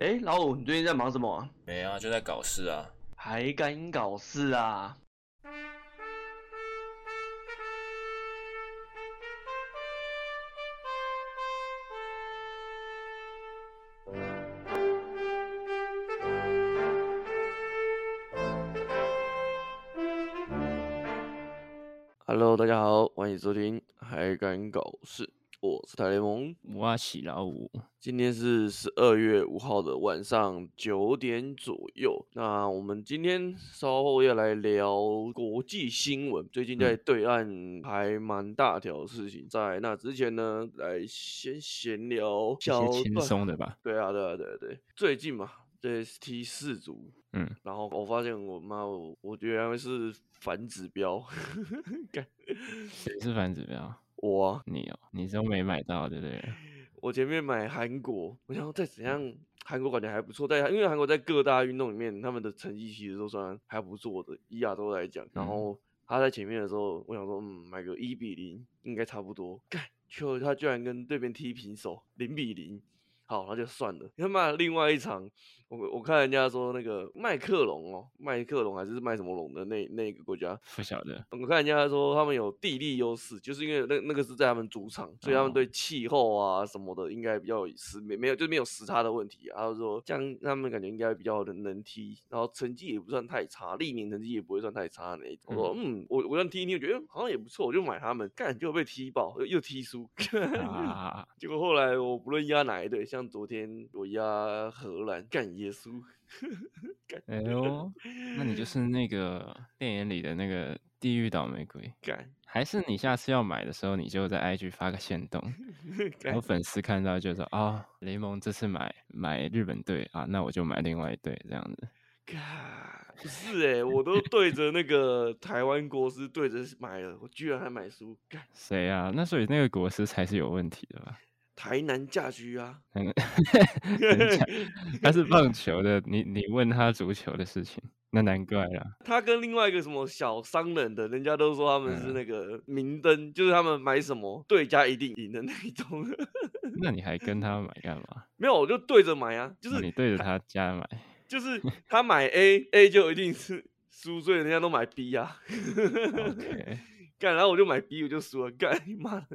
哎，老五，你最近在忙什么啊？没啊，就在搞事啊。还敢搞事啊？Hello，大家好，欢迎收听《还敢搞事》，我是台联盟。我是老五，今天是十二月五号的晚上九点左右。那我们今天稍后要来聊国际新闻，最近在对岸还蛮大条的事情。在那之前呢，来先闲聊一小些轻段松的吧。对啊，对啊，对啊，对，最近嘛，这 T 四组，嗯，然后我发现我妈，我我觉得是反指标， 干谁是反指标？我啊，你哦，你都没买到，对不 对？我前面买韩国，我想说再怎样，韩国感觉还不错，在因为韩国在各大运动里面，他们的成绩其实都算还不错的，以亚洲来讲。然嗯后他在前面的时候，我想说，嗯，买个一比零应该差不多。干，就他居然跟对面踢平手，零比零。好，那就算了。他妈的另外一场，我我看人家说那个麦克龙哦，麦克龙还是卖什么龙的那那个国家，不晓得。我看人家说他们有地利优势，就是因为那那个是在他们主场，所以他们哦对气候啊什么的应该比较有时没没有就没有时差的问题、啊。他说这样他们感觉应该比较能能踢，然后成绩也不算太差，历年成绩也不会算太差的那一种。我说嗯，我我让踢一踢，我觉得嗯好像也不错，我就买他们，干结果被踢爆，又又踢输。啊， 结果后来我不论压哪一队，像昨天我压荷兰，干耶稣，哎呦，那你就是那个电影里的那个地狱倒霉鬼，干 还是你下次要买的时候，你就在 IG 发个限动，然干后粉丝看到就说啊，雷蒙这次买买日本队啊，那我就买另外一队这样子。嘎，不是哎、我都对着那个台湾国师对着买了，我居然还买书，干谁啊？那所以那个国师才是有问题的吧？台南嫁区啊， 嗯，真假他是棒球的，你你问他足球的事情，那难怪啦。他跟另外一个什么小商人的，人家都说他们是嗯那个明灯，就是他们买什么对家一定赢的那一种， 那你还跟他买干嘛？没有我就对着买 啊，就那是你对着他家买， 就是他买 A，A 就一定是输，所以人家都买 B 啊， OK，干，然后我就买 B，我就输了，干 你妈的，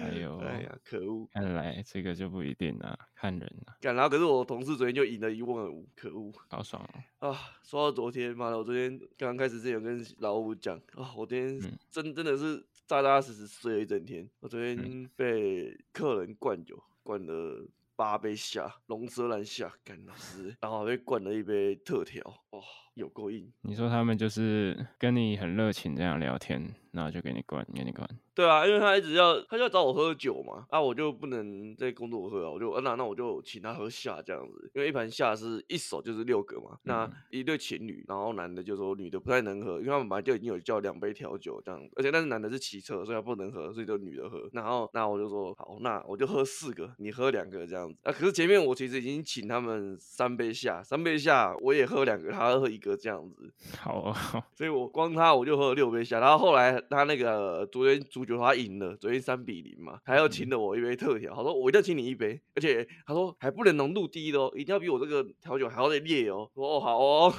哎呦哎呀，可恶。看来这个就不一定啦，看人啦，干，然后可是我同事昨天就赢了一万五，可恶！好爽哦、啊，说到昨天，妈的，我昨天刚开始之前有跟老五讲啊，我昨天嗯真真的是扎扎实实睡了一整天。我昨天嗯被客人灌酒，灌了八杯下，龙舌兰下，干老师，然后还被灌了一杯特调，哇、有够硬。你说他们就是跟你很热情这样聊天，然后就给你灌，给你灌，对啊，因为他一直要，他就要找我喝酒嘛，啊，我就不能在工作喝啊，我就、啊、那那我就请他喝下这样子，因为一盘下是一手就是六个嘛，那嗯一对情侣，然后男的就说女的不太能喝，因为他们本来就已经有叫两杯调酒这样子，而且但是男的是骑车，所以他不能喝，所以就女的喝，然后那我就说好，那我就喝四个，你喝两个这样子，啊，可是前面我其实已经请他们三杯下，三杯下我也喝两个，他喝一个这样子，好哦， 所以我光他我就喝了六杯下，然后后来他那个昨天足球他赢了，昨天三比零嘛，还要请了我一杯特调，他说我一定要请你一杯，而且他说还不能浓度低的哦，一定要比我这个调酒还要再烈哦，我说哦好哦，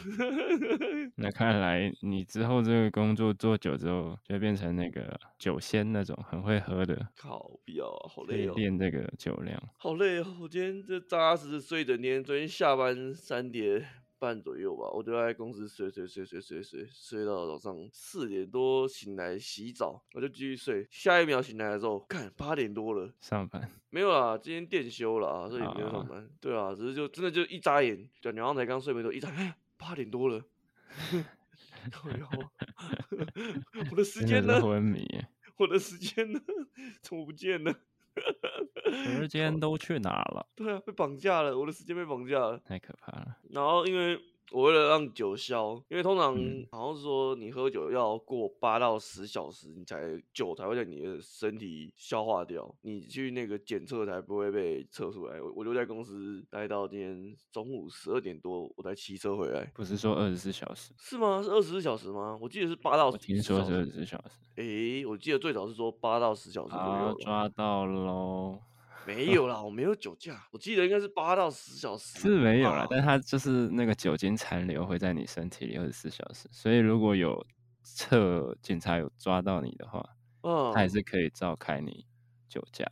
那看来你之后这个工作做久之后，就会变成那个酒仙那种很会喝的，靠，不要啊，好可累以哦，练这个酒量。好累哦，我今天这扎扎实实睡一整天，昨天下班三点。半左右吧，我就在公司睡睡睡睡睡睡睡到早上四点多醒来洗澡，我就继续睡。下一秒醒来的时候，看八点多了，上班没有啦，今天店休了啊，所以没有上啊班。对啊，只是就真的就一眨眼，感觉好像才刚睡没多久，一眨眼哎八点多了。 靠腰啊 我的时真间的呢是？昏迷耶， 我的时间呢？ 怎么不见了？ 时间都去哪了？对啊，被绑架了，我的时间被绑架了。太可怕了。然后因为我为了让酒消，因为通常嗯好像是说你喝酒要过八到十小时，你才酒才会在你的身体消化掉，你去那个检测才不会被测出来。我我就在公司待到今天中午十二点多，我才骑车回来。不是说二十四小时，是吗？是二十四小时吗？我记得是八到我听说哦是是二十四小时。啊诶、我记得最早是说八到十小时左好，右吧。抓到喽！ 没有啦，我没有酒驾，我记得应该是八到十小时。是没有啦，啊但它就是那个酒精残留会在你身体里二十四小时，所以如果有测警察有抓到你的话，嗯，他也是可以召开你酒驾，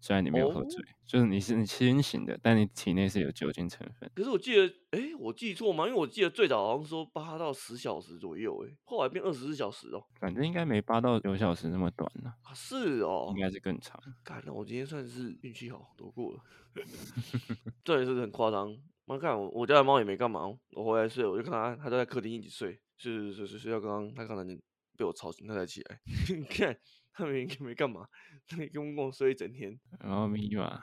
虽然你没有喝哦醉，就是你是你清醒的，但你体内是有酒精成分。可是我记得，哎，我记错吗？因为我记得最早好像说八到十小时左右，哎，后来变二十四小时哦。反正应该没八到九小时那么短了、啊，是哦应，该是更长。干，那我今天算是运气好，躲过了。 这也是很夸张。妈看我，我家的猫也没干嘛哦，我回来睡，我就看它，它就在客厅一直睡，睡睡睡睡睡到刚刚，它刚才就被我吵醒，它才起来。 你看，它明明没干嘛，它跟我睡一整天，然后咪嘛，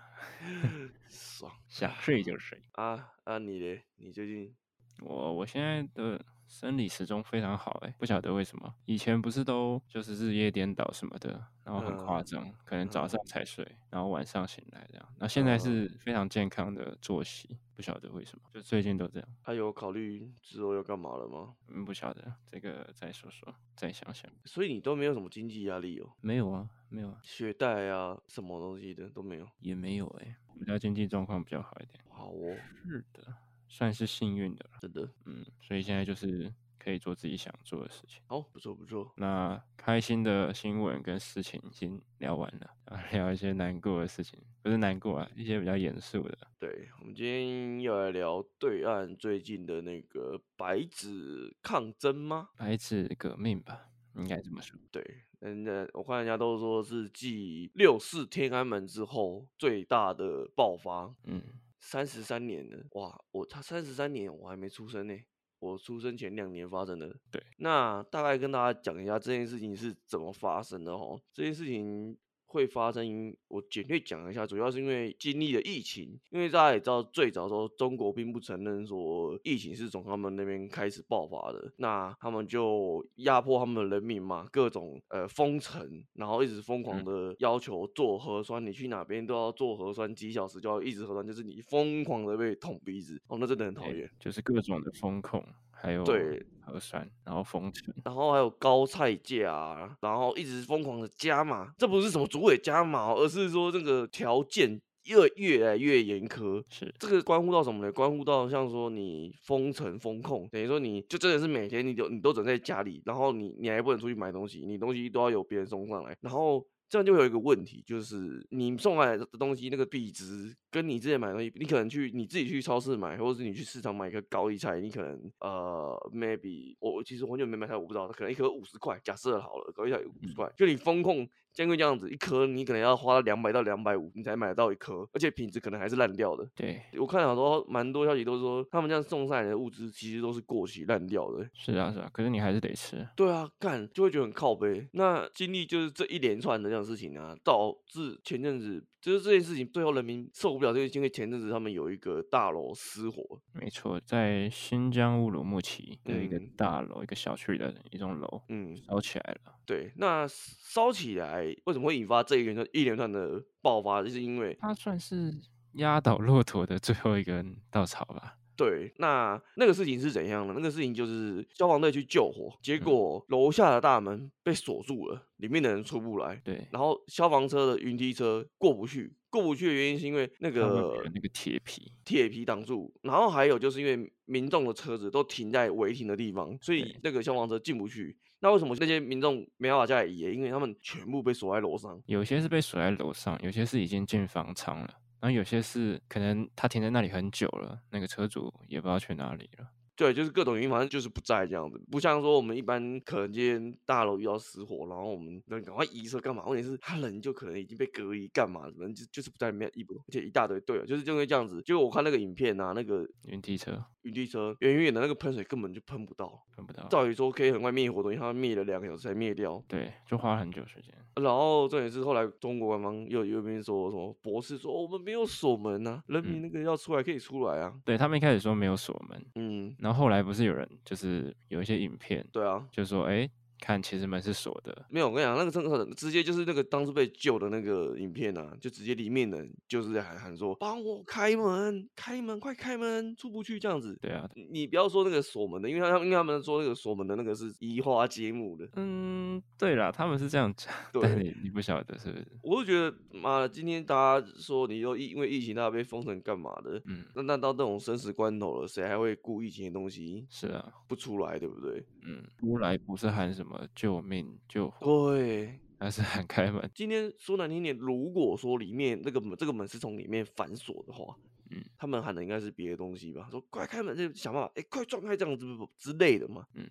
爽想睡就睡。啊啊！你嘞，你最近我我现在的生理时钟非常好哎、不晓得为什么，以前不是都就是日夜颠倒什么的，然后很夸嗯张，可能早嗯上才睡，然后晚上醒来这样。那现在嗯是非常健康的作息，不晓得为什么，就最近都这样。还有考虑之后要干嘛了吗？嗯，不晓得这个再说说，再想想。所以你都没有什么经济压力哦，没有啊，没有啊，学贷啊什么东西的都没有。也没有哎、我家经济状况比较好一点。好哦，是的，算是幸运的了。真的，嗯，所以现在就是可以做自己想做的事情。好，不错不错。那开心的新闻跟事情已经聊完了，啊，聊一些难过的事情，不是难过啊，一些比较严肃的。对，我们今天要来聊对岸最近的那个白纸抗争吗？白纸革命吧，应该这么说。对，人家我看人家都说是继六四天安门之后最大的爆发，嗯，三十三年了，哇，我他三十三年我还没出生呢、我出生前两年发生的。对，那大概跟大家讲一下这件事情是怎么发生的哦。这件事情会发生，我简略讲一下，主要是因为经历了疫情，因为大家也知道，最早的时候中国并不承认说疫情是从他们那边开始爆发的，那他们就压迫他们的人民嘛，各种呃封城，然后一直疯狂嗯的要求做核酸，你去哪边都要做核酸，几小时就要一直核酸，就是你疯狂的被捅鼻子，哦，那真的很讨诶厌。就是各种的风控，还有对核酸，然后封城。然后还有高菜价、啊，然后一直疯狂的加码，这不是什么主委加码哦，而是说这个条件越越来越严苛。是，这个关乎到什么呢？关乎到像说你封城封控，等于说你就真的是每天你都你都整在家里，然后你你还不能出去买东西，你东西都要由别人送上来，然后这样就会有一个问题，就是你送来的东西那个币值跟你之前买的东西，你可能去你自己去超市买，或者是你去市场买一个高丽菜，你可能呃 maybe 我我其实很久没买菜，我不知道，可能一颗五十块，假设好了，高丽菜五十块，就你风控。将近这样子，一颗你可能要花两百到两百五，你才买得到一颗，而且品质可能还是烂掉的。对，我看好多蛮多消息都是说，他们这样送上来的物资其实都是过期烂掉的欸。是啊，是啊。可是你还是得吃。对啊，干就会觉得很靠背。那经历就是这一连串的这样的事情啊，导致前阵子就是这件事情，最后人民受不了这个，因为前阵子他们有一个大楼失火，没错，在新疆乌鲁木齐的一个嗯大楼、一个小区的一栋楼嗯，烧起来了。对。那烧起来为什么会引发这一连串一连串的爆发，就是因为它算是压倒骆驼的最后一根稻草吧。对，那那个事情是怎样呢？那个事情就是消防队去救火，结嗯果楼下的大门被锁住了，里面的人出不来。对，然后消防车的云梯车过不去，过不去的原因是因为那他们个有那个铁皮，铁皮挡住，然后还有就是因为民众的车子都停在违停的地方，所以对那个消防车进不去。那为什么那些民众没办法下来移？因为他们全部被锁在楼上。有些是被锁在楼上，有些是已经进房仓了，然后有些是可能他停在那里很久了，那个车主也不知道去哪里了。对，就是各种原因，反正就是不在这样子，不像说我们一般可能今天大楼遇到失火，然后我们能赶快移车干嘛？问题是他人就可能已经被隔离干嘛？人就就是不在里面，一不而且一大堆对，啊就是因为这样子。结果我看那个影片啊，那个云梯车云梯车远远的那个喷水根本就喷不到，看不到，照理说可以很快灭火的，因为它灭了两个小时才灭掉。对，就花了很久时间。然后重点是后来中国官方又又一边说什么博士说、哦我们没有锁门啊，人民嗯那个要出来可以出来啊。对他们一开始说没有锁门，嗯，然后后来不是有人就是有一些影片，对啊，就说哎。看其实门是锁的。没有，我跟你讲，那个真的很直接就是那个当初被救的那个影片啊，就直接里面的人就是在喊喊说：“帮我开门，开门，快开门，出不去。”这样子。对啊，你你不要说那个锁门的，因为他因为他们说那个锁门的那个是移花接木的，嗯，对啦，他们是这样讲，对但你你不晓得是不是？我就觉得妈的，今天大家说你又疫因为疫情大家被封城干嘛的？嗯，那那到这种生死关头了，谁还会顾疫情的东西是啊，不出来，对不对？嗯，出来不是喊什么救命救火，对，而是喊开门。今天说难听点，如果说里面那个门这个门是从里面反锁的话，嗯，他们喊的应该是别的东西吧？说快开门，就想办法，哎、快撞开这样子之类的嘛，嗯。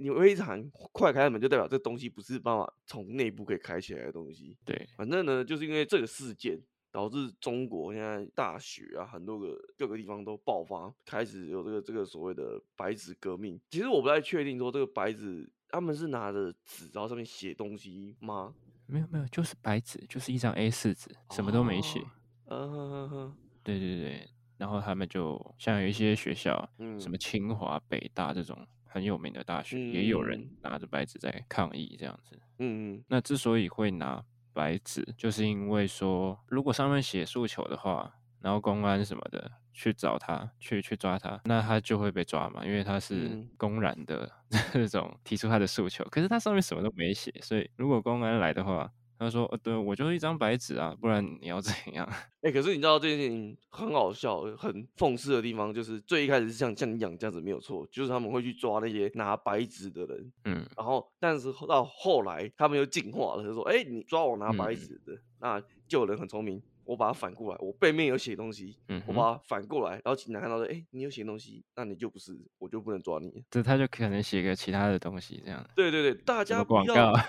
你会一直喊快开门，就代表这东西不是办法从内部可以开起来的东西。对，反正呢，就是因为这个事件，导致中国现在大学啊，很多个各个地方都爆发，开始有这个这个所谓的白纸革命。其实我不太确定说这个白纸，他们是拿着纸，然后上面写东西吗？没有没有，就是白纸，就是一张 A 四纸，什么都没写。哦嗯哼哼哼，对对对，然后他们就像有一些学校，嗯，什么清华、北大这种很有名的大学，也有人嗯拿着白纸在抗议这样子。嗯？嗯那之所以会拿白纸，就是因为说，如果上面写诉求的话，然后公安什么的去找他，去去抓他，那他就会被抓嘛，因为他是嗯公然的 这种提出他的诉求。可是他上面什么都没写，所以如果公安来的话，他说：“哦，对我就一张白纸啊，不然你要怎样 哎、可是你知道这件事情很好笑、很讽刺的地方，就是最一开始是像像你讲这样子没有错，就是他们会去抓那些拿白纸的人，？”嗯，然后但是后到后来他们又进化了，就说：“哎、你抓我拿白嗯纸的，那就有人很聪明，我把它反过来，我背面有写东西，嗯我哼，把它反过来，然后警察看到说：哎、你有写东西，那你就不是，我就不能抓你。”这他就可能写个其他的东西这样。对对对，大什家么不广要告，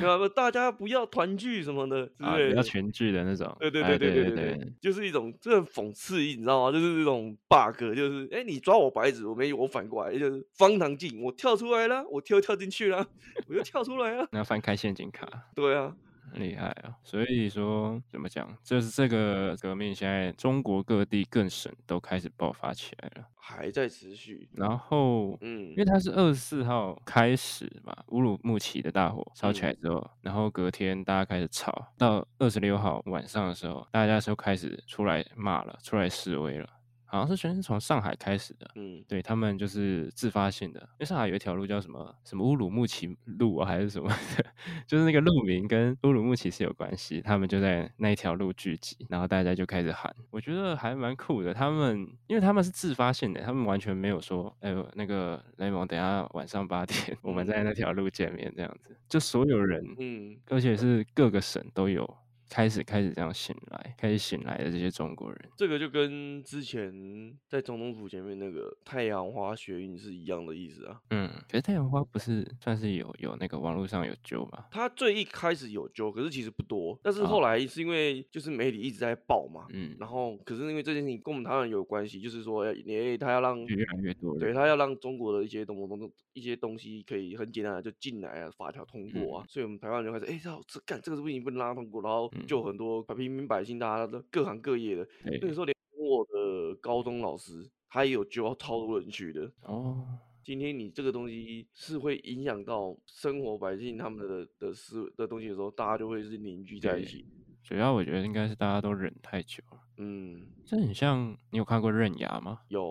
对吧？大家不要团聚什么的之啊，类比较的。全剧的那种。对对对哎对对对对对，就是一种这很讽刺意，你知道吗？就是这种 bug，就是哎、诶你抓我白纸，我没有，我反过来就是方唐镜，我跳出来了，我跳跳进去了，我又跳出来了。那翻开陷阱卡，对啊，很厉害啊！所以说怎么讲，就是这个革命现在中国各地各省都开始爆发起来了。还在持续。然后，嗯因为它是二十四号开始嘛，乌鲁木齐的大火烧起嗯来之后，然后隔天大家开始吵，到二十六号晚上的时候，大家就开始出来骂了，出来示威了。好像是全是从上海开始的，嗯，对他们就是自发性的，因为上海有一条路叫什么什么乌鲁木齐路啊，还是什么的， 就是那个路名跟乌鲁木齐是有关系，他们就在那一条路聚集，然后大家就开始喊，我觉得还蛮酷的。他们因为他们是自发性的，他们完全没有说，哎、呦，那个雷蒙，等一下晚上八点我们在那条路见面这样子，就所有人，嗯，而且是各个省都有。开始开始这样醒来，开始醒来的这些中国人，这个就跟之前在总统府前面那个太阳花学运是一样的意思啊。嗯，可是太阳花不是算是有有那个网络上有救吗？他最一开始有揪，可是其实不多，但是啊后来是因为就是媒体一直在报嘛，嗯，然后可是因为这件事情跟我们台湾人有关系，就是说，哎你、他要让就越来越多对人。他要让中国的一些东东一些东西可以很简单的就进来啊，法条通过啊，所以我们台湾人就开始哎，这好这干这个东西不能让它通过，然后嗯就有很多平民百姓，大家都各行各业的，对那个时候连我的高中老师他也有揪超多人去的。哦，今天你这个东西是会影响到生活百姓他们的的思的东西的时候，大家就会是凝聚在一对起。主要我觉得应该是大家都忍太久了。嗯，这很像你有看过《刃牙》吗？有，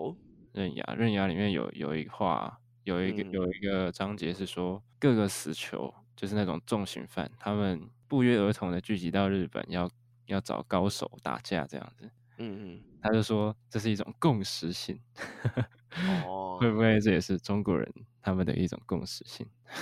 《刃牙》《刃牙》里面有有一话，有一个、嗯有一个章节是说各个死囚，就是那种重刑犯，他们不约而同的聚集到日本要，要找高手打架这样子。嗯他就说这是一种共识性，嗯，哦，会不会这也是中国人他们的一种共识性？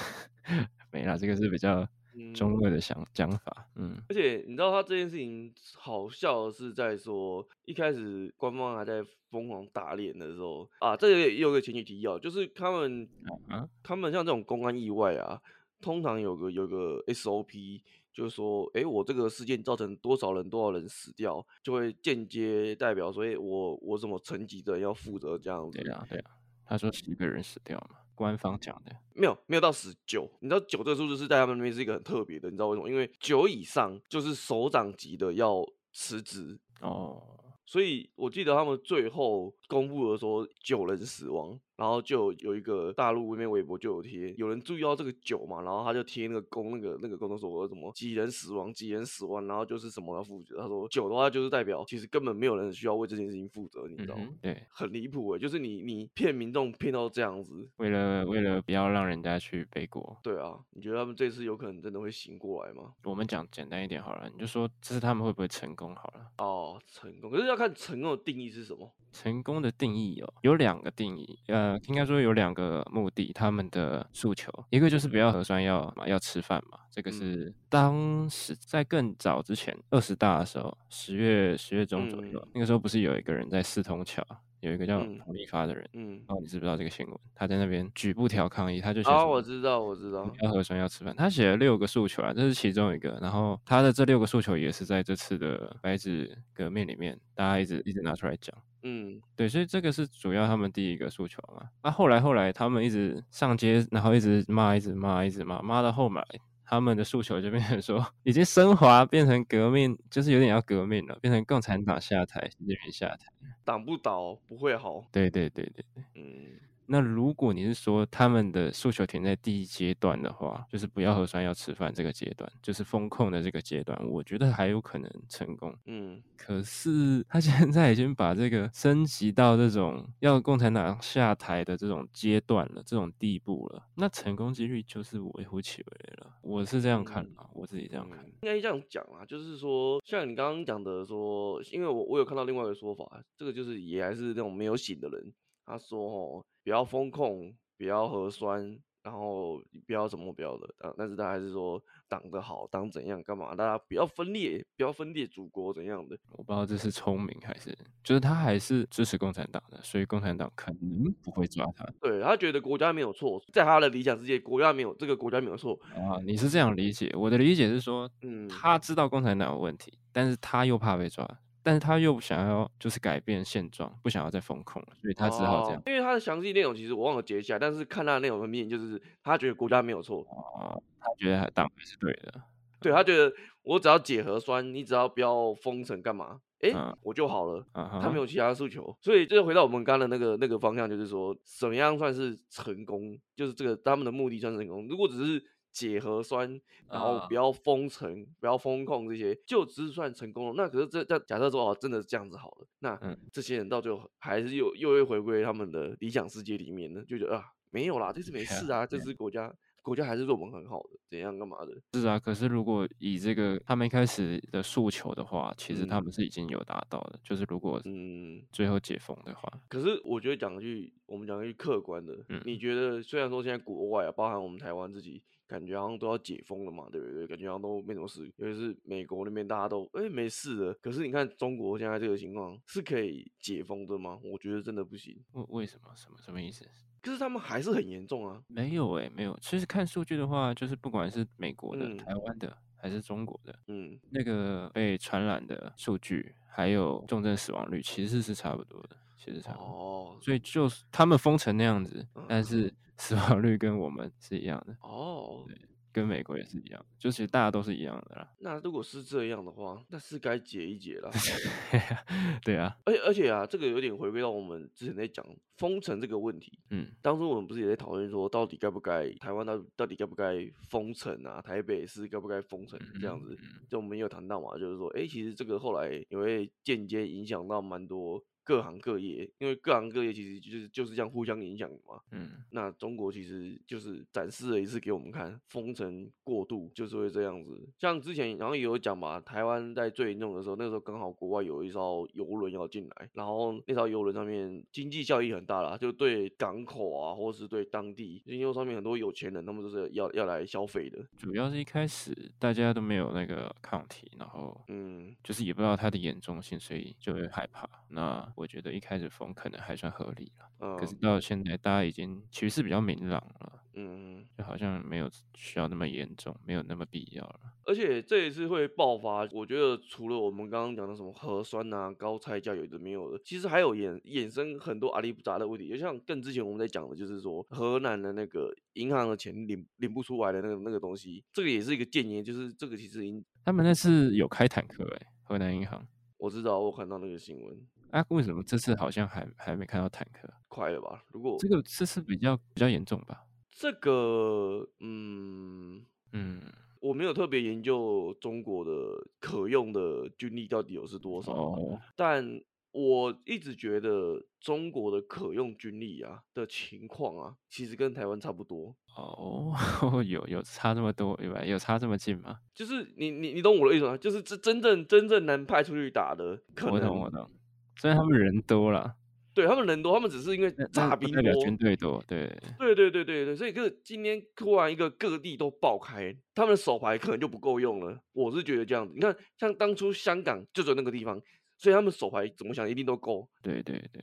没啦，这个是比较中嗯二的想讲法。嗯，而且你知道他这件事情好笑的是在说，一开始官方还在疯狂打脸的时候啊，这个也有个前提提要，就是他们啊他们像这种公安意外啊，通常有个有个 SOP，就是说，诶，我这个事件造成多少人多少人死掉，就会间接代表说，诶，我我什么层级的人要负责这样子对。啊呀、对呀、他说十个人死掉嘛，官方讲的。没有没有到十九，你知道九这个数字是在他们那边是一个很特别的，你知道为什么？因为九以上就是首长级的要辞职，哦，所以我记得他们最后公布了说九人死亡，然后就有一个大陆那边微博就有贴，有人注意到这个酒嘛，然后他就贴那个公那个那个公众说什么几人死亡，几人死亡，然后就是什么要负责。他说酒的话就是代表其实根本没有人需要为这件事情负责，你知嗯道吗？哼，对，很离谱诶，就是你你骗民众骗到这样子，为了为了不要让人家去背锅，对啊，你觉得他们这次有可能真的会醒过来吗？我们讲简单一点好了，你就说这是他们会不会成功好了。哦，成功，可是要看成功的定义是什么。成功的定义哦，有两个定义，呃，应该说有两个目的，他们的诉求，一个就是不要核酸药嘛，要吃饭嘛，这个嗯是当时在更早之前，二十大的时候，十月十月中左右，嗯那个时候不是有一个人在四通桥，有一个叫嗯黄立发的人，嗯，哦，你知不知道这个新闻？他在那边举布条抗议，他就写啊，什么我知道，我知道，要核酸要吃饭，他写了六个诉求啊，这是其中一个。然后他的这六个诉求也是在这次的白纸革命里面，大家一直一直拿出来讲。嗯对，所以这个是主要他们第一个诉求嘛。啊，后来后来他们一直上街，然后一直骂，一直骂，一直骂，骂到后来他们的诉求就变成说， 已经升华变成革命，就是有点要革命了，变成共产党下台，习近平下台。挡不倒不会好，对对对对。嗯那如果你是说他们的诉求停在第一阶段的话，就是不要核酸要吃饭这个阶段，就是风控的这个阶段，我觉得还有可能成功。嗯可是他现在已经把这个升级到这种要共产党下台的这种阶段了，这种地步了，那成功几率就是微乎其微了。我是这样看嗯啊，我自己这样看。嗯，应该这样讲啦，就是说，像你刚刚讲的说，因为我我有看到另外一个说法，这个就是也还是那种没有醒的人，他说哦，不要风控，不要核酸。然后不要什么不要的，啊，但是他还是说党的好，党怎样干嘛？大家不要分裂，不要分裂祖国怎样的？我不知道这是聪明还是，就是他还是支持共产党的，所以共产党可能不会抓他对他觉得国家没有错，在他的理想世界，国家没有这个国家没有错。啊。你是这样理解？我的理解是说，嗯，他知道共产党有问题，但是他又怕被抓，但是他又想要就是改变现状，不想要再风控了，所以他只好这样哦。因为他的详细内容其实我忘了截下来，但是看他的内容很明显就是他觉得国家没有错，啊，他觉得党还是对的。对他觉得我只要解核酸，你只要不要封城干嘛，诶，嗯我就好了。啊哈，他没有其他诉求，所以就是回到我们刚刚的那个那个方向，就是说怎样算是成功，就是这个他们的目的算成功。如果只是解核酸，然后啊不要封城、不要封控这些，就只是算成功了。那可是这这假设说哦，真的这样子好了，那嗯这些人到最后还是又又会回归他们的理想世界里面呢，就觉得啊没有啦，这 次没对啊事啊，这次国家国家还是对我们很好的，怎样干嘛的。是啊。可是如果以这个他们一开始的诉求的话，其实他嗯们是已经有达到的，就是如果嗯，最后解封的话，可是我觉得讲句，我们讲句客观的，嗯你觉得虽然说现在国外啊，包含我们台湾自己，感觉好像都要解封了嘛，对不对？感觉好像都没什么事，尤其是美国那边大家都哎、诶没事了。可是你看中国现在这个情况是可以解封的吗？我觉得真的不行。为为什么什么什么意思？可是他们还是很严重啊。没有诶、没有。其实看数据的话，就是不管是美国的、嗯台湾的还是中国的，嗯，那个被传染的数据，还有重症死亡率，其实是差不多的，其实差不多。哦所以就是他们封成那样子，但嗯是 死亡率跟我们是一样的，哦，跟美国也是一样，就其实大家都是一样的啦。 那如果是这样的话，那是该解一解啦。对啊，而且而且啊，这个有点回归到我们之前在讲封城这个问题。嗯，当初我们不是也在讨论说，到底该不该台湾到底到底该不该封城啊？台北市该不该封城嗯这样子？就我们也有谈到嘛，就是说，哎、其实这个后来也会间接影响到蛮多各行各业，因为各行各业其实就是就是这样互相影响的嘛。嗯，那中国其实就是展示了一次给我们看，封城过度就是会这样子。像之前然后也有讲嘛，台湾在最严重的时候，那个时候刚好国外有一艘游轮要进来，然后那艘游轮上面经济效益很大啦，就对港口啊，或是对当地，因为上面很多有钱人，他们都是要要来消费的。主要是一开始大家都没有那个抗体，然后嗯，就是也不知道它的严重性，所以就会害怕。那我觉得一开始封可能还算合理了，呃可是到现在大家已经趋势比较明朗了，嗯，就好像没有需要那么严重，没有那么必要了。而且这一次会爆发，我觉得除了我们刚刚讲的什么核酸啊、高菜价有的没有的，其实还有衍衍生很多阿里不达的问题。就像更之前我们在讲的，就是说河南的那个银行的钱领领不出来的那个那个东西，这个也是一个建议，就是这个其实已经他们那次有开坦克诶、河南银行。我知道，我有看到那个新闻，啊，为什么这次好像还还没看到坦克？快了吧？如果这个这次比较比较严重吧？这个，嗯，嗯，我没有特别研究中国的可用的军力到底有是多少啊，哦，但我一直觉得中国的可用军力啊的情况啊，其实跟台湾差不多。哦， 有有差这么多，有吧有差这么近吗？就是你你你懂我的意思吗？就是这真正真正能派出去打的，可我懂我能懂，虽然他们人多了，对他们人多，他们只是因为但但炸不兵代表军多。队多，对，对对对对对，所以这今天突然一个各地都爆开，他们的手牌可能就不够用了。我是觉得这样子，你看像当初香港就只有那个地方，所以他们手牌怎么想一定都够，对对对，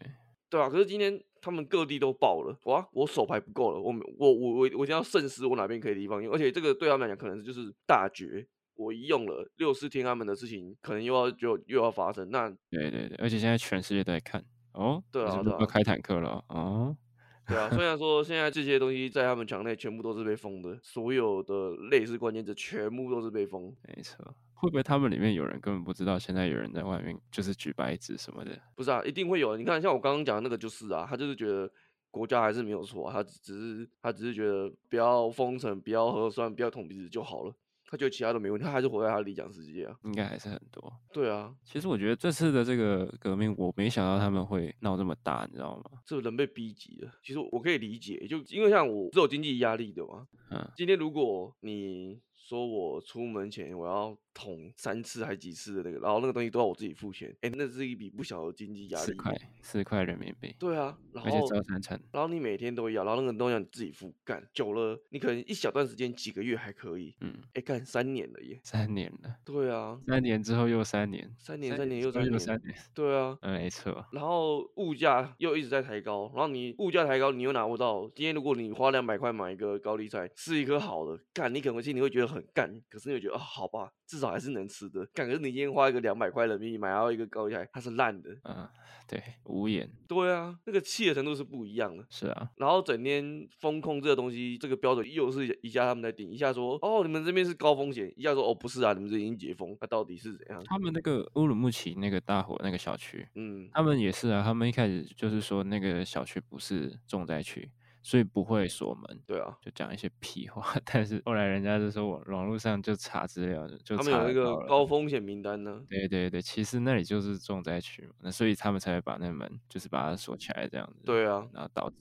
对啊吧、可是今天他们各地都爆了，哇，我手牌不够了，我没我我我我一定要慎思我哪边可以地方用，而且这个对他们来讲可能就是大绝，我一用了六四天他们的事情，可能又要就又要发生，那对对对，而且现在全世界都在看。哦，对你是啊不对是要啊开坦克了？哦，对啊，虽然说现在这些东西在他们墙内全部都是被封的，所有的类似关键字全部都是被封，没错。会不会他们里面有人根本不知道，现在有人在外面就是举白纸什么的？不是啊，一定会有。你看，像我刚刚讲的那个就是啊，他就是觉得国家还是没有错啊，他只只是他只是觉得不要封城，不要核酸，不要捅鼻子就好了。他觉得其他都没问题，他还是活在他的理想世界啊。应该还是很多。对啊，其实我觉得这次的这个革命，我没想到他们会闹这么大，你知道吗？这人被逼急了，其实我可以理解，就因为像我是有经济压力的嘛。嗯，今天如果你说我出门前我要捅三次还几次的那个，然后那个东西都要我自己付钱，哎，那是一笔不小的经济压四力。哦块四块人民币，对啊，然而且后只有三成。然后你每天都要，然后那个东西要你自己付，干久了，你可能一小段时间几个月还可以，嗯，哎，干三年了耶。三年了，对啊，三年之后又三年，三年三年之又后三又年，三年。对啊。嗯，没错，然后物价又一直在抬高，然后你物价抬高，你又拿不到。今天如果你花两百块买一个高丽菜，吃一颗好的，干，你可能心里会觉得很干，可是你会觉得啊、好吧，至少还是能吃的。干，可是你今天花一个两百块人民币买到一个高丽菜，它是烂的。嗯，对，无言，对啊，那个气的程度是不一样的。是啊，然后整天风控这个东西，这个标准又是一下他们在定，一下说哦你们这边是高风险，一下说哦不是啊，你们这已经解封，那、到底是怎样？他们那个乌鲁木齐那个大火那个小区，嗯，他们也是啊，他们一开始就是说那个小区不是重灾区，所以不会锁门，对啊，就讲一些屁话。 但是后来人家就说我网络上就查资料，就他们查有那得个到了。高风险名单呢、对对对，其实那里就是重灾区嘛，那所以他们才会把那门就是把它锁起来这样子，对啊，然后导致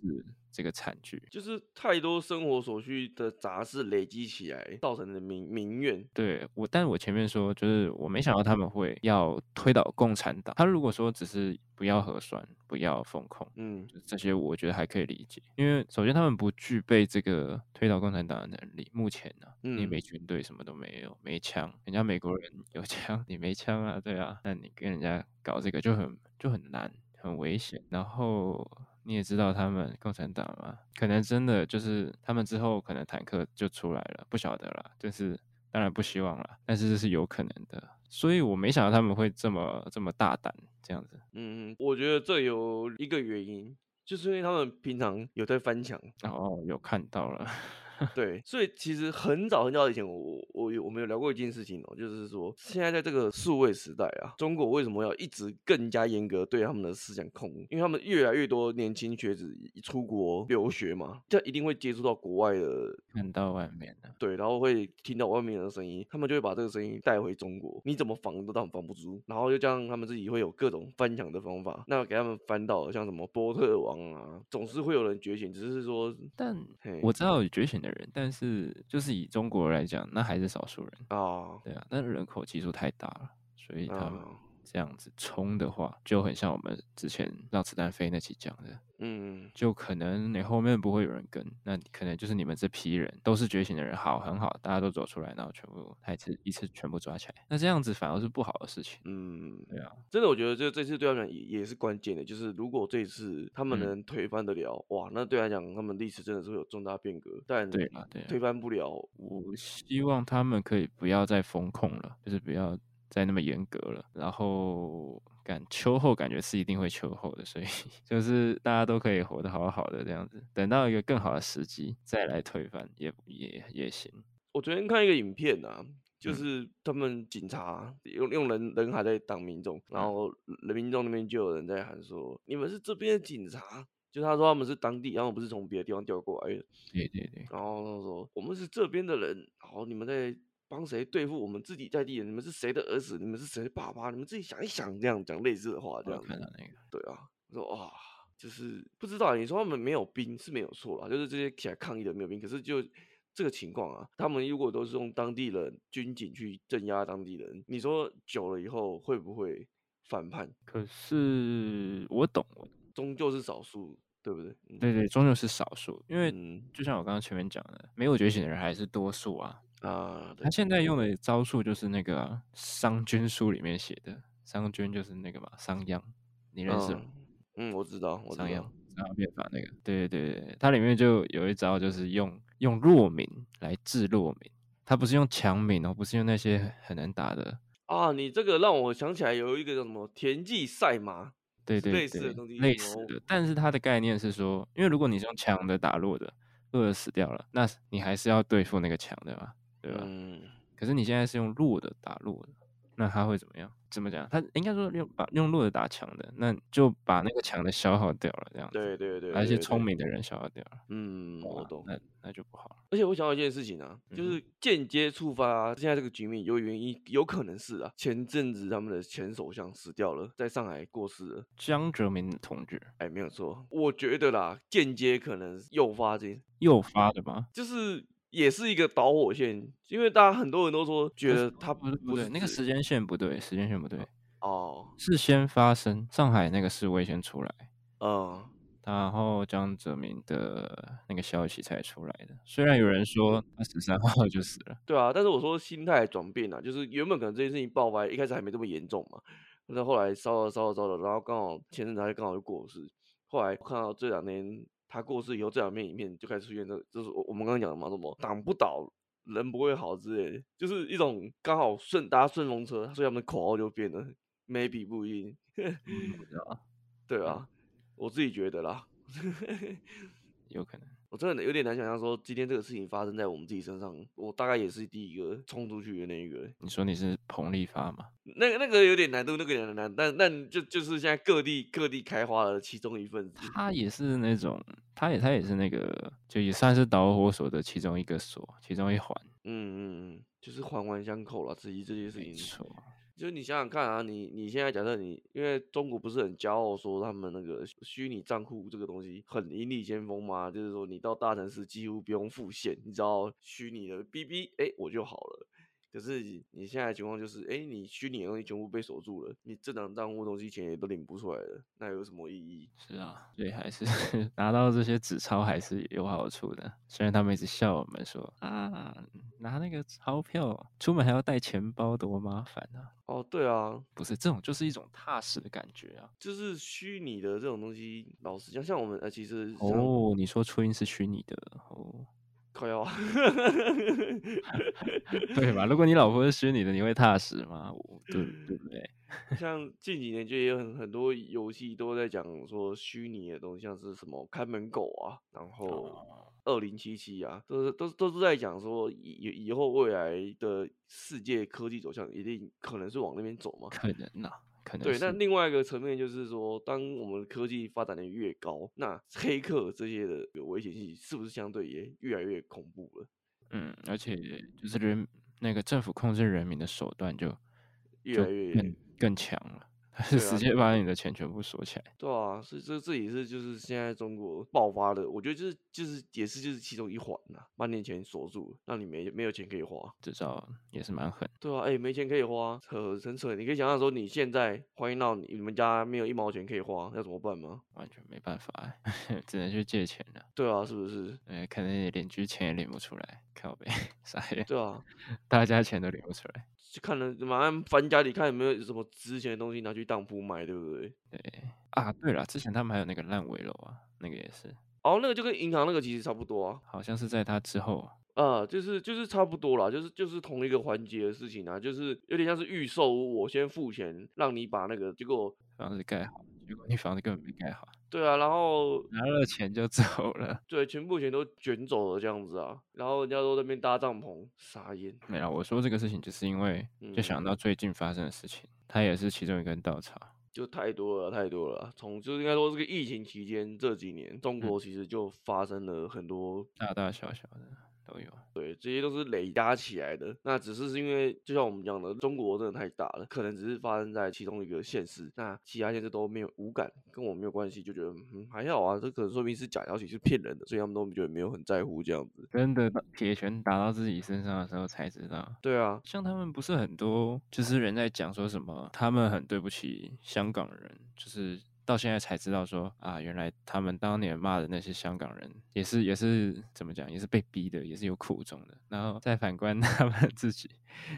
这个惨剧。就是太多生活所需的杂事累积起来造成的民民怨。对我，但我前面说，就是我没想到他们会要推倒共产党。他如果说只是不要核酸，不要风控，嗯，就这些我觉得还可以理解，因为首先他们不具备这个推倒共产党的能力。目前呢、你嗯没军队，什么都没有，没枪，人家美国人有枪，你没枪啊，对啊，那你跟人家搞这个就很就很难，很危险。然后你也知道他们共产党嘛，可能真的就是他们之后可能坦克就出来了，不晓得啦，就是当然不希望啦，但是这是有可能的。所以我没想到他们会这么这么大胆这样子。嗯，我觉得这有一个原因，就是因为他们平常有在翻墙。哦，有看到了。 对，所以其实很早很早以前我，我我有我们有聊过一件事情哦，就是说现在在这个数位时代啊，中国为什么要一直更加严格对他们的思想控？因为他们越来越多年轻学子一出国留学嘛，这一定会接触到国外的。看到外面的，对，然后会听到外面的声音，他们就会把这个声音带回中国，你怎么防都挡防不住，然后就这样，他们自己会有各种翻墙的方法，那给他们翻到像什么波特王啊，总是会有人觉醒，只是说，但嘿我知道有觉醒的人，但是就是以中国来讲，那还是少数人，啊对啊，但是人口基数太大了，所以他们啊，这样子冲的话，就很像我们之前让子弹飞那期讲的，嗯。就可能你后面不会有人跟，那可能就是你们这批人都是觉醒的人，好，很好，大家都走出来，然后全部他一次一次全部抓起来，那这样子反而是不好的事情，嗯，对啊，真的，我觉得这这次对他们讲也也是关键的，就是如果这一次他们嗯能推翻得了，哇，那对他讲他们历史真的是会有重大变革，但对啊，对啊。推翻不了，我希望他们可以不要再风控了，就是不要再那么严格了。然后感秋后感觉是一定会秋后的，所以 就是大家都可以活得好好的这样子，等到一个更好的时机再来推翻也也也行。我昨天看一个影片啊，就嗯是他们警察用用人人海在挡民众，然嗯后人民众那边就有人在喊说：“你们是这边的警察。”就他说他们是当地，然后不是从别的地方调过来的，对对对，然后他说我们是这边的人，好，你们在帮谁对付我们自己在地人？你们是谁的儿子？你们是谁的爸爸？你们自己想一想，这样讲类似的话，这我有样子。看到那个，对啊，我说哇，就是不知道啊你说他们没有兵是没有错啦，就是这些起来抗议的没有兵，可是就这个情况啊，他们如果都是用当地人军警去镇压当地人，你说久了以后会不会反叛？可是我懂，我终究是少数，对不对？嗯对对，终究是少数，因为嗯就像我刚刚前面讲的，没有觉醒的人还是多数啊。啊，对他，现在用的招数就是那个啊商君书里面写的，商君就是那个嘛，商鞅，你认识吗？嗯嗯，我知道，我知商鞅道，商鞅变法那个，对对对对，它里面就有一招，就是用用弱民来治弱民，他不是用强民哦，不是用那些很难打的，啊，你这个让我想起来有一个叫什么田忌赛马，对是对类似的对，东西类吗似我的，但是它的概念是说，因为如果你是用强的打弱的，弱的死掉了，那你还是要对付那个强的嘛，对吧？嗯，可是你现在是用弱的打弱的，那他会怎么样？怎么讲？他应该说用把用弱的打强的，那就把那个强的消耗掉了，这样对子，对对，把一些对聪，对明的人消耗掉了，嗯，我哇懂。那那就不好了。而且我想到一件事情啊，就嗯哼是间接触发、现在这个局面有原因，有可能是啊，前阵子他们的前首相死掉了，在上海过世了，江泽民同志哎，没有错，我觉得啦，间接可能是诱发这，诱发的吗？就是也是一个导火线，因为大家很多人都说觉可是得他不是不不对，是那个自时间线不对，时间线不对，哦，是先发生上海那个示威先出来，嗯，然后江泽民的那个消息才出来的。虽然有人说他十三号就死了，对啊，但是我说心态转变了、就是原本可能这件事情爆发一开始还没这么严重嘛，但是后来烧了烧了烧了，然后刚好前阵子他就刚好就过世，后来看到这两年他过世以后，这两面影片就开始出现这，就是我我们刚刚讲的嘛，什么挡不倒人不会好之类的，就是一种刚好顺搭顺风车，所以他们的口号就变了，maybe 不一定，不知道对嗯啊，我自己觉得啦。有可能。我真的有点难想象，说今天这个事情发生在我们自己身上，我大概也是第一个冲出去的那一个欸、你说你是彭丽发吗？那个那个有点难度，那个有点难，但但就就是现在各地各地开花的其中一份子。他也是那种，他也他也是那个，就也算是导火索的其中一个索，其中一环。嗯嗯嗯，就是环环相扣了。至于这些事没情，错，就是你想想看啊，你你现在假设你，因为中国不是很骄傲说他们那个虚虚拟账户这个东西很引领先锋吗？就是说你到大城市几乎不用付现，你只要虚拟的 BB，哎、我就好了。可是你你现在的情况就是，哎、你虚拟的东西全部被锁住了，你正常账户的东西钱也都领不出来了，那有什么意义？是啊，所以还是 拿到这些纸钞还是有好处的。虽然他们一直笑我们说啊，拿那个钞票出门还要带钱包，多麻烦啊！哦，对啊，不是这种，就是一种踏实的感觉啊。就是虚拟的这种东西，老实讲，像我们呃，其实像哦，你说初音是虚拟的哦， 靠腰啊， 对吧？如果你老婆是虚拟的，你会踏实吗？我对对不对？像近几年就也有很很多游戏都在讲说虚拟的东西，像是什么看门狗啊，然哦后二零七七啊，都是都是都是在讲说以以以后未来的世界科技走向一定可能是往那边走嘛。可能呐、可能对，那是另外一个层面就是说，当我们科技发展的越高，那黑客这些的有危险性是不是相对也越来越恐怖了？嗯，而且就是人那个政府控制人民的手段就越就来越更更强了， 他是对啊对直接把你的钱全部锁起来。对啊，所以这这也是就是现在中国爆发的，我觉得就是就是也是就是其中一环呐、把你的钱锁住了，让你没没有钱可以花。这招也是蛮狠。对啊，哎、没钱可以花，扯很扯。你可以想象说，你现在欢迎到你你们家没有一毛钱可以花，要怎么办吗？完全没办法 欸，只能去借钱了。对啊，是不是？呃，可能也邻居钱也领不出来，靠呗， 傻眼，对啊，大家钱都领不出来。就看了马上翻家里看有没有什么值钱的东西拿去当铺卖，对不对？啊，对了，之前他们还有那个烂尾楼啊，那个也是，哦，那个就跟银行那个其实差不多啊，好像是在他之后，啊，就是就是差不多啦，就是就是同一个环节的事情啊，就是有点像是预售屋，我先付钱让你把那个，结果房子盖好，结果你房子根本没盖好，对啊，然后拿了钱就走了。对，全部钱都卷走了这样子啊，然后人家都在那边搭帐篷，傻眼。没有，我说这个事情就是因为就想到最近发生的事情，它也是其中一根稻草。就太多了，太多了。从就是应该说，这个疫情期间这几年，中国其实就发生了很多，大大小小的都有。对，这些都是累加起来的。那只是是因为，就像我们讲的，中国真的太大了，可能只是发生在其中一个县市，那其他县市都没有无感，跟我没有关系，就觉得嗯还好啊，这可能说明是假消息，是骗人的，所以他们都觉得没有很在乎这样子。真的铁拳打到自己身上的时候才知道。对啊，像他们不是很多，就是人在讲说什么，他们很对不起香港人，就是到现在才知道说啊，原来他们当年骂的那些香港人，也是也是怎么讲，也是被逼的，也是有苦衷的。然后再反观 他们自己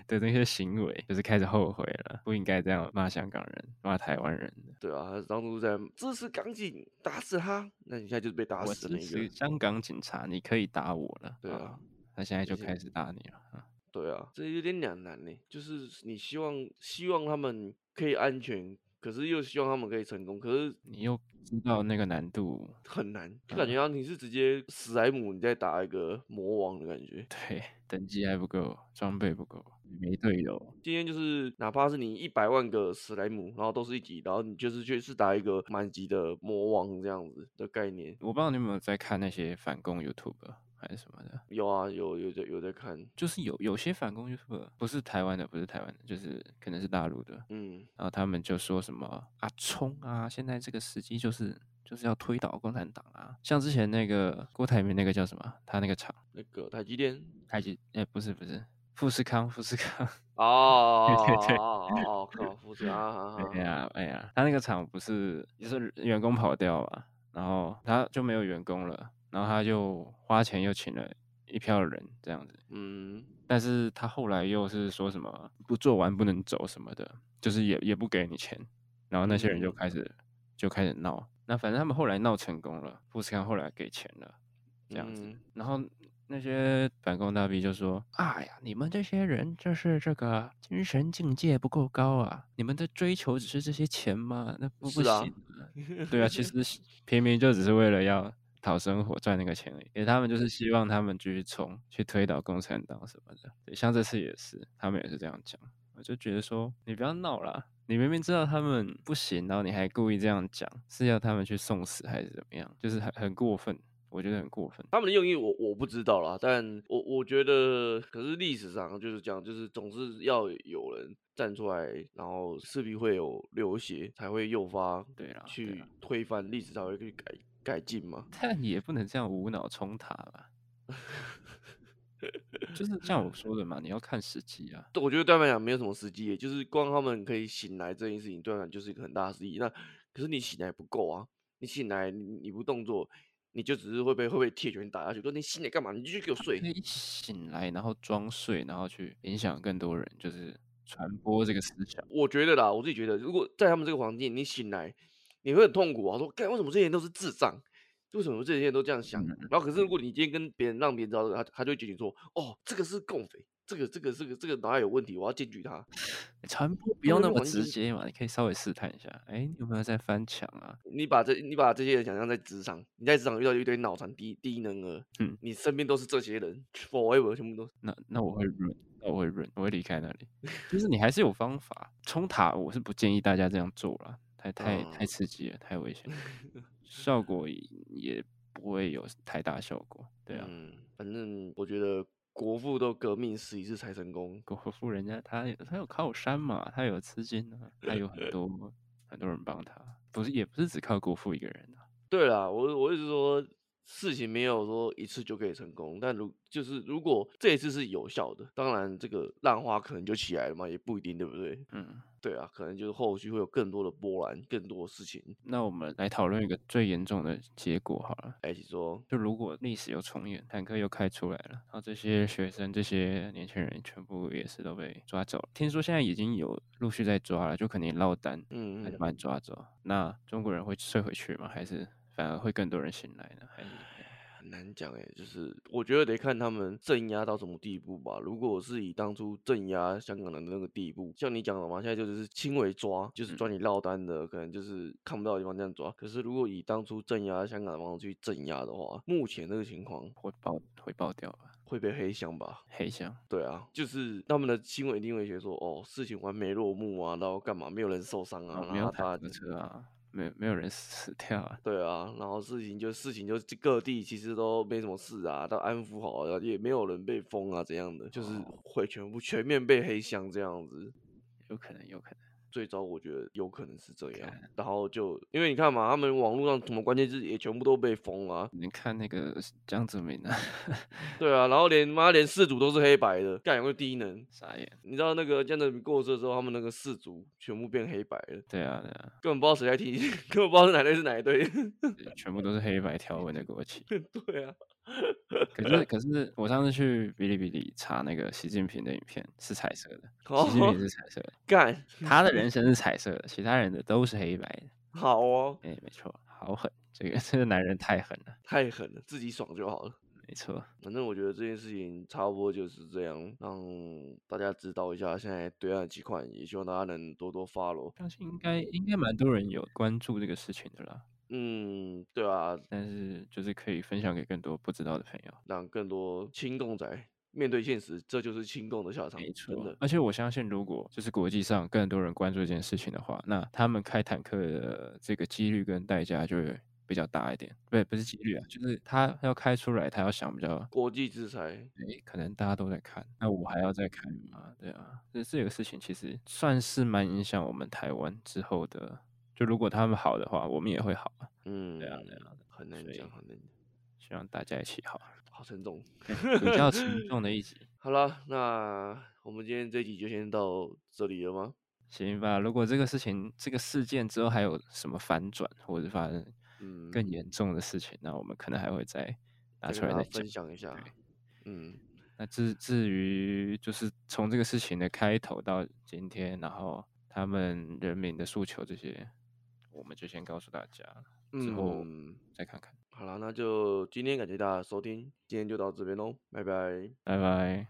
的那些行为，就是开始后悔了，不应该这样骂香港人、骂台湾人的。对啊，他当初在支持港警打死他，那你现在就是被打我死的支那一个持。香港警察，你可以打我了。对啊，他现在就而且开始打你了。啊对啊，这有点两难呢。就是你希望希望他们可以安全，可是又希望他们可以成功，可是你又知道那个难度，很难，就感觉到你是直接史莱姆你在打一个魔王的感觉。对， 等级还不够，装备不够，没队友，今天就是哪怕是你一百万个史莱姆，然后都是一级，然后你就是去是打一个满级的魔王这样子的概念。我不知道你有没有在看那些反攻 YouTube 还是什么的，有啊，有有在有在看，就是有有些反攻 YouTube 不是台湾的，不是台湾的，就是可能是大陆的，嗯，然后他们就说什么啊冲啊，现在这个时机就是就是要推倒共产党啊，像之前那个郭台铭那个叫什么，他那个厂那个台积电。台积，哎、不是不是富士康，富士康。哦对对对哦哦哦，靠，负责啊啊啊！哎呀，哎呀，他那个厂不是就是员工跑掉嘛，然后他就没有员工了，然后他就花钱又请了一票人这样子，嗯，但是他后来又是说什么不做完不能走什么的，就是也也不给你钱，然后那些人就嗯开始就开始闹，那反正他们后来闹成功了，富士康后来给钱了，这样子，嗯然后。那些反共大 V 就说：“哎呀，你们这些人就是这个精神境界不够高啊！你们的追求只是这些钱吗？那不不是行、啊对啊，其实是平民就只是为了要讨生活赚那个钱而已，给他们就是希望他们继续冲，去推倒共产党什么的。对，像这次也是，他们也是这样讲。我就觉得说，你不要闹啦，你明明知道他们不行，然后你还故意这样讲，是要他们去送死还是怎么样？就是很很过分，我觉得很过分。他们的用意我我不知道啦，但我我觉得，可是历史上就是这样，就是总是要有人站出来，然后势必会有流血，才会诱发啊对啦，对去啦推翻历史，才会去改改进嘛。但也不能这样无脑冲塔吧。就是像我说的嘛，你要看时机啊。我觉得对他们来讲没有什么时机，就是光他们可以醒来这件事情，对他们来讲就是一个很大的时机。那可是你醒来不够啊，你醒来你你不动作，你就只是会被会被铁拳打下去。说你醒来干嘛？你继续给我睡可。以醒来，然后装睡，然后去影响更多人，就是传播这个思想。我觉得啦，我自己觉得，如果在他们这个环境，你醒来，你会很痛苦啊。说，干，为什么这些人都是智障？为什么这些人都这样想？嗯然后，可是如果你今天跟别人让别人知道这个，他他就会觉得你说，哦，这个是共匪，这个这个这个这个脑袋有问题，我要检举他。传播不他要们那的么环直境接嘛，你可以稍微试探一下，哎，你有没有在翻墙啊？你把这你把这些人想象在职场，你在职场遇到一堆脑残低低能儿，嗯你身边都是这些人，forever 全部都是。那那我会润，那我会润，我会离开那里。就是你还是有方法冲塔，我是不建议大家这样做了，太太太嗯刺激了，太危险了，效果也不会有太大效果。对啊，嗯，反正我觉得国父都革命十一次才成功，国富人家他有他有靠山嘛，他有资金啊，他有很多很多人帮他，不是也不是只靠国富一个人啊。对啦，我我一直说事情没有说一次就可以成功，但如就是如果这一次是有效的，当然这个浪花可能就起来了嘛，也不一定，对不对？嗯，对啊，可能就是后续会有更多的波澜，更多的事情。那我们来讨论一个最严重的结果好了。哎，说就如果历史又重演，坦克又开出来了，然后这些学生、这些年轻人全部也是都被抓走了。听说现在已经有陆续在抓了，就可能落单，嗯他就嗯，把你抓走。那中国人会睡回去吗？还是反而会更多人醒来呢？还是怎么样很难讲哎、就是我觉得得看他们镇压到什么地步吧。如果是以当初镇压香港的那个地步，像你讲的嘛，现在就是轻微抓，就是嗯抓你落单的，可能就是看不到的地方这样抓。可是如果以当初镇压香港的方式去镇压的话，目前这个情况会爆会爆掉吧？会被黑箱吧？黑箱对啊，就是他们的新闻一定会写说，哦，事情完美落幕啊，然后干嘛没有人受伤啊，啊，没然有后坦大克车啊，没有没有人 死掉啊，对啊，然后事情就事情就各地其实都没什么事啊，都安抚好了，也没有人被封啊，怎样的，就是哦会全部全面被黑箱这样子。有可能有可能。最早我觉得有可能是这样，然后就因为你看嘛，他们网络上什么关键字也全部都被封啊，你看那个江泽民啊， 对啊，然后连妈连四组都是黑白的，干有个低能。傻眼。你知道那个江泽民过世的时候，他们那个四组全部变黑白了，对啊 对啊，根本不知道谁在踢，根本不知道是哪队是哪一队。 全部都是黑白条纹的国旗。对啊，可 是可是我上次去哔哩哔哩查那个习近平的影片是彩色的，习近哦平，是彩色的，干他的人生是彩色的，其他人的都是黑白的。好哦，哎，没错，好狠，这个 这个男人太狠了，太狠了，自己爽就好了。没错。反正我觉得这件事情差不多就是这样，让大家知道一下现在对岸的情况，也希望大家能多多 follow。相信应该应该蛮多人有关注这个事情的啦，嗯，对啊，但是就是可以分享给更多不知道的朋友。让更多亲共仔面对现实，这就是亲共的下场没，真错的，。而且我相信，如果就是国际上更多人关注这件事情的话，那他们开坦克的这个几率跟代价就会比较大一点。不，不是几率啊，就是他要开出来，他要想比较，国际制裁，诶，可能大家都在看，那我还要再看吗？对啊，这这个事情其实算是蛮影响我们台湾之后的。就如果他们好的话，我们也会好啊。嗯，对啊，对啊，很难所以讲，很难讲，希望大家一起 好。好沉重。比较沉重的一集。好了，那我们今天这集就先到这里了吗？行吧，如果这个事情、这个事件之后还有什么反转，或者发生嗯，更严重的事情，那我们可能还会再拿再出跟来大家再讲分。享一下。嗯，那至至于就是从这个事情的开头到今天，然后他们人民的诉求这些，我们就先告诉大家，之后嗯再看看。好了，那就今天感谢大家的收听，今天就到这边喽，拜拜。拜拜。